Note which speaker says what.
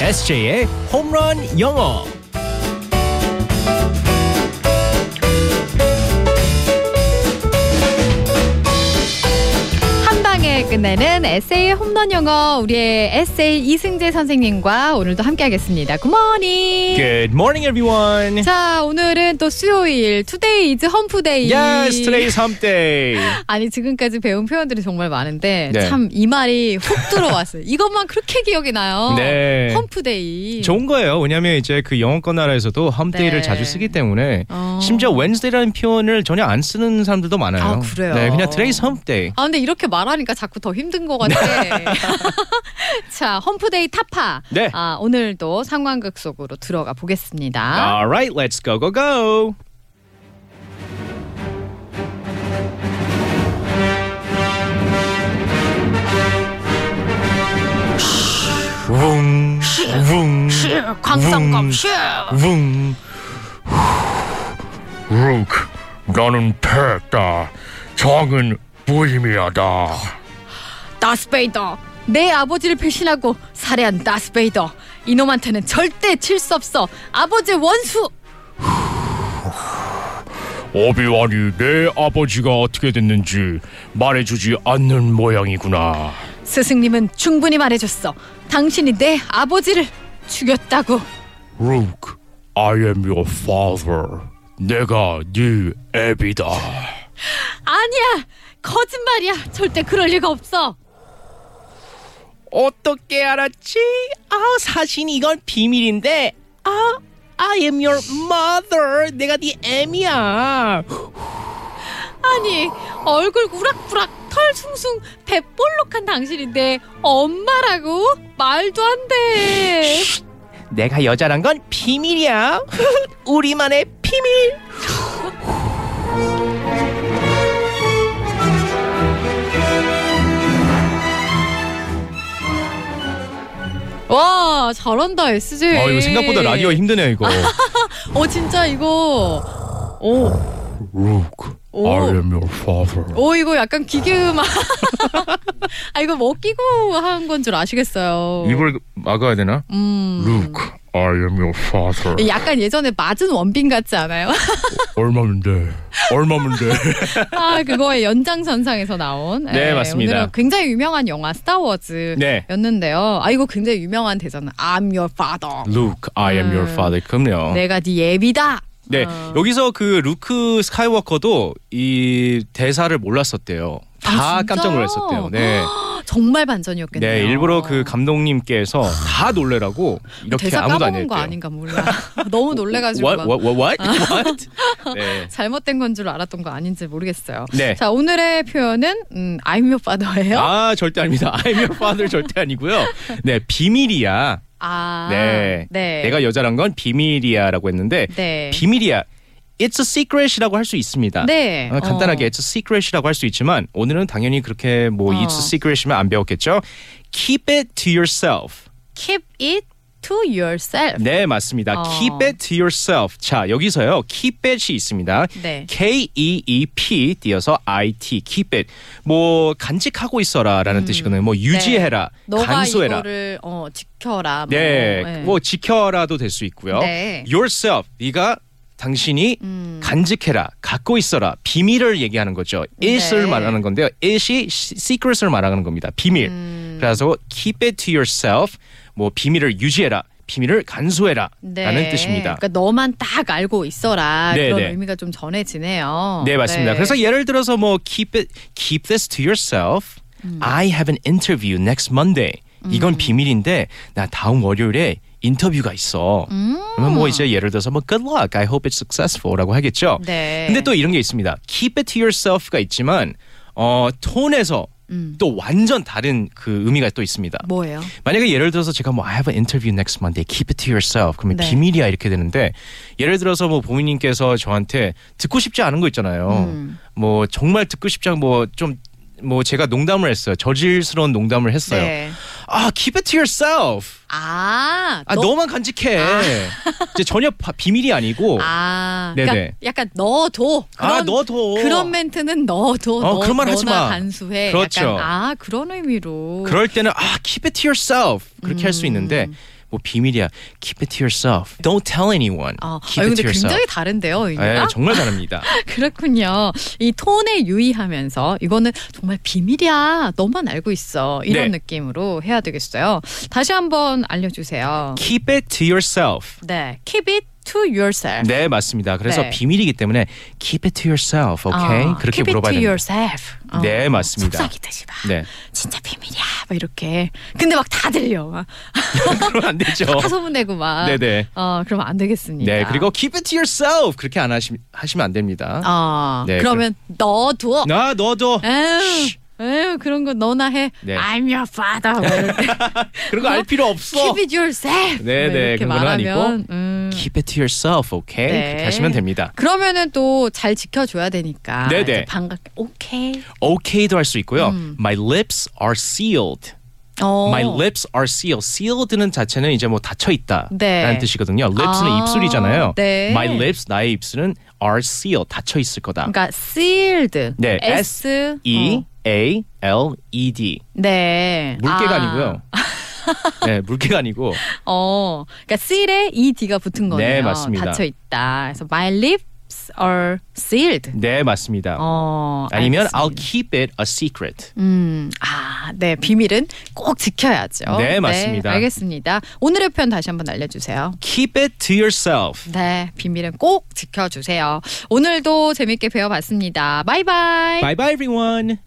Speaker 1: SJ의 홈런 영어.
Speaker 2: 한 방에 끝내는 에세이 홈런 영어 우리의 에세이 이승재 선생님과 오늘도 함께하겠습니다. 굿모닝.
Speaker 1: Good morning, everyone.
Speaker 2: 자 오늘은 또 수요일 투데이 이즈 험프데이.
Speaker 1: Yes, today's hump day.
Speaker 2: 아니 지금까지 배운 표현들이 정말 많은데
Speaker 1: 네.
Speaker 2: 참 이 말이 훅 들어왔어요. 이것만 그렇게 기억이 나요.
Speaker 1: 네.
Speaker 2: 험프데이.
Speaker 1: 좋은 거예요. 왜냐하면 이제 그 영어권 나라에서도 hump day를
Speaker 2: 네.
Speaker 1: 자주 쓰기 때문에
Speaker 2: 어.
Speaker 1: 심지어 Wednesday라는 표현을 전혀 안 쓰는 사람들도 많아요.
Speaker 2: 아, 그래요?
Speaker 1: 네, 그냥 today's hump day.
Speaker 2: 아 근데 이렇게 말하니까 자꾸 더 힘든 것 같아. 자 험프데이 타파.
Speaker 1: 네.
Speaker 2: 아 오늘도 상황극 속으로 들어가 보겠습니다.
Speaker 1: All right, let's go, go, go. 웅, 웅, 광성검, 웅.
Speaker 3: 루크, 너는 패다. 정은 무의미하다.
Speaker 2: 다스베이더. 내 아버지를 배신하고 살해한 다스베이더. 이놈한테는 절대 칠 수 없어. 아버지 원수.
Speaker 3: 오비완이 내 아버지가 어떻게 됐는지 말해주지 않는 모양이구나.
Speaker 2: 스승님은 충분히 말해줬어. 당신이 내 아버지를 죽였다고.
Speaker 3: 루크, I am your father. 내가 네 애비다.
Speaker 1: 아,
Speaker 2: 아니야. 거짓말이야. 절대 그럴 리가 없어.
Speaker 1: 어떻게 알았지? 아, 사실 이건 비밀인데. 아, I am your mother. 내가 네 애미야.
Speaker 2: 아니 얼굴 우락부락 털 숭숭 배 볼록한 당신인데 엄마라고 말도 안 돼.
Speaker 1: 내가 여자란 건 비밀이야. 우리만의 비밀.
Speaker 2: 와 잘한다 SJ.
Speaker 1: 아 이거 생각보다 라디오 힘드네 이거.
Speaker 2: 어 진짜 이거 오.
Speaker 3: 루크,
Speaker 2: 오.
Speaker 3: I am your father.
Speaker 2: 오 이거 약간 기계음악 아 이거 뭐 끼고 한 건 줄 아시겠어요
Speaker 3: 입을 막아야 되나? 루크, I am your father.
Speaker 2: 약간 예전에 맞은 원빈 같지 않아요?
Speaker 3: 얼마면 돼? 얼마면 돼?
Speaker 2: 아 그거의 연장선상에서 나온
Speaker 1: 네,
Speaker 2: 예,
Speaker 1: 맞습니다.
Speaker 2: 오늘은 굉장히 유명한 영화 스타워즈
Speaker 1: 네. 음,
Speaker 2: 였는데요 아 이거 굉장히 유명한 대사는 I'm your father
Speaker 1: Luke, I am your father. 그럼요.
Speaker 2: 내가 네 예비다
Speaker 1: 어. 네,
Speaker 2: 음. 어.
Speaker 1: 여기서 그 루크 스카이워커도 이 대사를 몰랐었대요. 다
Speaker 2: 아, 진짜요?
Speaker 1: 깜짝 놀랐었대요. 네,
Speaker 2: 정말 반전이었겠네요
Speaker 1: 네, 일부러 그 감독님께서 다 놀래라고 이렇게
Speaker 2: 대사
Speaker 1: 아무도 안
Speaker 2: 까먹은
Speaker 1: 했대요.
Speaker 2: 거 아닌가 몰라 너무 놀래가지고
Speaker 1: What,
Speaker 2: 막 아.
Speaker 1: what, what, what? what? 네.
Speaker 2: 잘못된 건 줄 알았던 거 아닌지 모르겠어요
Speaker 1: 네.
Speaker 2: 자 오늘의 표현은 음, I'm your father예요
Speaker 1: 아 절대 아닙니다. I'm your father 절대 아니고요. 네 비밀이야.
Speaker 2: 아,
Speaker 1: 네.
Speaker 2: 네.
Speaker 1: 내가 여자란 건 비밀이야라고 했는데
Speaker 2: 네.
Speaker 1: 비밀이야. It's a secret이라고 할 수 있습니다.
Speaker 2: 네.
Speaker 1: 어, 간단하게
Speaker 2: 어.
Speaker 1: It's a secret이라고 할 수 있지만 오늘은 당연히 그렇게 뭐
Speaker 2: 어.
Speaker 1: It's a secret이면 안 배웠겠죠. Keep it to yourself.
Speaker 2: keep it to yourself.
Speaker 1: 네 맞습니다.
Speaker 2: 어.
Speaker 1: Keep it to yourself. 자 여기서요 keep it이 있습니다.
Speaker 2: 네.
Speaker 1: K E E P 띄어서 I T keep it 뭐 간직하고 있어라라는 뜻이거든요. 뭐 유지해라,
Speaker 2: 음. 네. 너가
Speaker 1: 간수해라.
Speaker 2: 이거를 어, 지켜라. 뭐.
Speaker 1: 네, 뭐 지켜라도 될 수 있고요.
Speaker 2: 네. 음.
Speaker 1: Yourself, 네가 당신이 간직해라, 갖고 있어라, 비밀을 얘기하는 거죠. It을
Speaker 2: 네.
Speaker 1: 말하는 건데요. It이 secret을 말하는 겁니다. 비밀.
Speaker 2: 음.
Speaker 1: 그래서 keep it to yourself. 뭐 비밀을 유지해라, 비밀을
Speaker 2: 네.
Speaker 1: 간수해라라는 뜻입니다.
Speaker 2: 그러니까 너만 딱 알고 있어라
Speaker 1: 네,
Speaker 2: 그런
Speaker 1: 네.
Speaker 2: 의미가 좀 전해지네요.
Speaker 1: 네 맞습니다. 그래서 예를 들어서 뭐 keep it, keep this to yourself.
Speaker 2: 음.
Speaker 1: I have an interview next Monday. 이건 비밀인데 나 다음 월요일에 인터뷰가 있어. 그러면 뭐 이제 예를 들어서 뭐 good luck, I hope it's successful라고 하겠죠.
Speaker 2: 음. 네.
Speaker 1: 근데 또 이런 게 있습니다. keep it to yourself가 있지만 어 톤에서
Speaker 2: 음.
Speaker 1: 또 완전 다른 그 의미가 또 있습니다.
Speaker 2: 뭐예요?
Speaker 1: 만약에 예를 들어서 제가 뭐 I have an interview next Monday, keep it to yourself. 그러면
Speaker 2: 네.
Speaker 1: 비밀이야 이렇게 되는데 예를 들어서 뭐 보미님께서 저한테 듣고 싶지 않은 거 있잖아요.
Speaker 2: 음.
Speaker 1: 뭐 정말 듣고 싶지 않은 뭐 좀 뭐 제가 농담을 했어요. 저질스러운 농담을 했어요.
Speaker 2: 네.
Speaker 1: 아 keep it to yourself.
Speaker 2: 아,
Speaker 1: 아
Speaker 2: 너-
Speaker 1: 너만 간직해. 이제 전혀 바- 비밀이 아니고.
Speaker 2: 아,
Speaker 1: 어. 네네.
Speaker 2: 그러니까 약간 넣어둬.
Speaker 1: 아, 넣어둬.
Speaker 2: 그런 멘트는 넣어둬.
Speaker 1: 어, 그런 말 하지
Speaker 2: 너나
Speaker 1: 마.
Speaker 2: 간수해.
Speaker 1: 그렇죠.
Speaker 2: 약간, 아, 그런 의미로. 음.
Speaker 1: 그럴 때는 아 keep it to yourself 그렇게 할 수 있는데 뭐 비밀이야. Keep it to yourself. Don't tell anyone.
Speaker 2: 아,
Speaker 1: Keep it
Speaker 2: 아니, 근데
Speaker 1: to yourself.
Speaker 2: 굉장히 다른데요, 의미가?
Speaker 1: 예, 정말 다릅니다.
Speaker 2: 그렇군요. 이 톤에 유의하면서 이거는 정말 비밀이야. 너만 알고 있어. 이런
Speaker 1: 네.
Speaker 2: 느낌으로 해야 되겠어요. 다시 한번 알려주세요.
Speaker 1: Keep it to yourself.
Speaker 2: 네, keep it to yourself.
Speaker 1: 네 맞습니다. 그래서
Speaker 2: 네.
Speaker 1: 비밀이기 때문에 keep it to yourself, okay?
Speaker 2: 어,
Speaker 1: 그렇게
Speaker 2: keep
Speaker 1: 물어봐야
Speaker 2: it to
Speaker 1: 됩니다.
Speaker 2: yourself. 어,
Speaker 1: 네, 맞습니다.
Speaker 2: 속삭이듯이 막.
Speaker 1: 네,
Speaker 2: 진짜 비밀이야. 막 이렇게. 근데 막 다 들려. 막
Speaker 1: 그럼 안 되죠.
Speaker 2: 소문내고 막.
Speaker 1: 어. 네네.
Speaker 2: 어, 그러면 안 되겠습니다.
Speaker 1: 네 그리고 keep it to yourself 그렇게 안 하시 하시면 안 됩니다.
Speaker 2: 어,
Speaker 1: 네,
Speaker 2: 그러면 넣어두어.
Speaker 1: 나 너도
Speaker 2: 에휴, 에휴, 그런 거 너나 해.
Speaker 1: 네.
Speaker 2: I'm your father. 뭐 이렇게.
Speaker 1: 그런 거 알 필요 없어.
Speaker 2: Keep it yourself.
Speaker 1: 네,
Speaker 2: 뭐
Speaker 1: 네,
Speaker 2: 이렇게
Speaker 1: 그런 건
Speaker 2: 말하면,
Speaker 1: 아니고.
Speaker 2: 음,
Speaker 1: Keep it to yourself, okay?
Speaker 2: 네.
Speaker 1: 그렇게 하시면 됩니다.
Speaker 2: 그러면은 또 잘 지켜줘야 되니까.
Speaker 1: 네, 네.
Speaker 2: 이제 반갑게. 오케이.
Speaker 1: okay도 할 수 있고요. My lips are sealed.
Speaker 2: 음. 어.
Speaker 1: My lips are sealed. sealed는 자체는 이제 뭐 닫혀 있다라는
Speaker 2: 네.
Speaker 1: 뜻이거든요. lips는
Speaker 2: 아,
Speaker 1: 입술이잖아요.
Speaker 2: 네.
Speaker 1: My lips 나의 입술은 are sealed 닫혀 있을 거다.
Speaker 2: 그러니까 sealed.
Speaker 1: 네,
Speaker 2: S,
Speaker 1: E
Speaker 2: 어.
Speaker 1: A L E D
Speaker 2: 네.
Speaker 1: 물개가
Speaker 2: 아.
Speaker 1: 아. 니고요 네, 물개가 아니고
Speaker 2: 어, 그러니까 seal에 e d가 붙은 거네요.
Speaker 1: 네, 맞습니다.
Speaker 2: 닫혀 있다. 그래서 my lips are sealed.
Speaker 1: 네 맞습니다.
Speaker 2: 어,
Speaker 1: 아니면
Speaker 2: 알겠습니다.
Speaker 1: I'll keep it a secret.
Speaker 2: 음, 아, 네, 비밀은 꼭 지켜야죠.
Speaker 1: 네, 맞습니다.
Speaker 2: 알겠습니다. 오늘의 표현 다시 한번 알려주세요.
Speaker 1: Keep it to yourself.
Speaker 2: 네, 비밀은 꼭 지켜주세요. 오늘도 재밌게 배워봤습니다. 바이바이. 네.
Speaker 1: Bye bye everyone.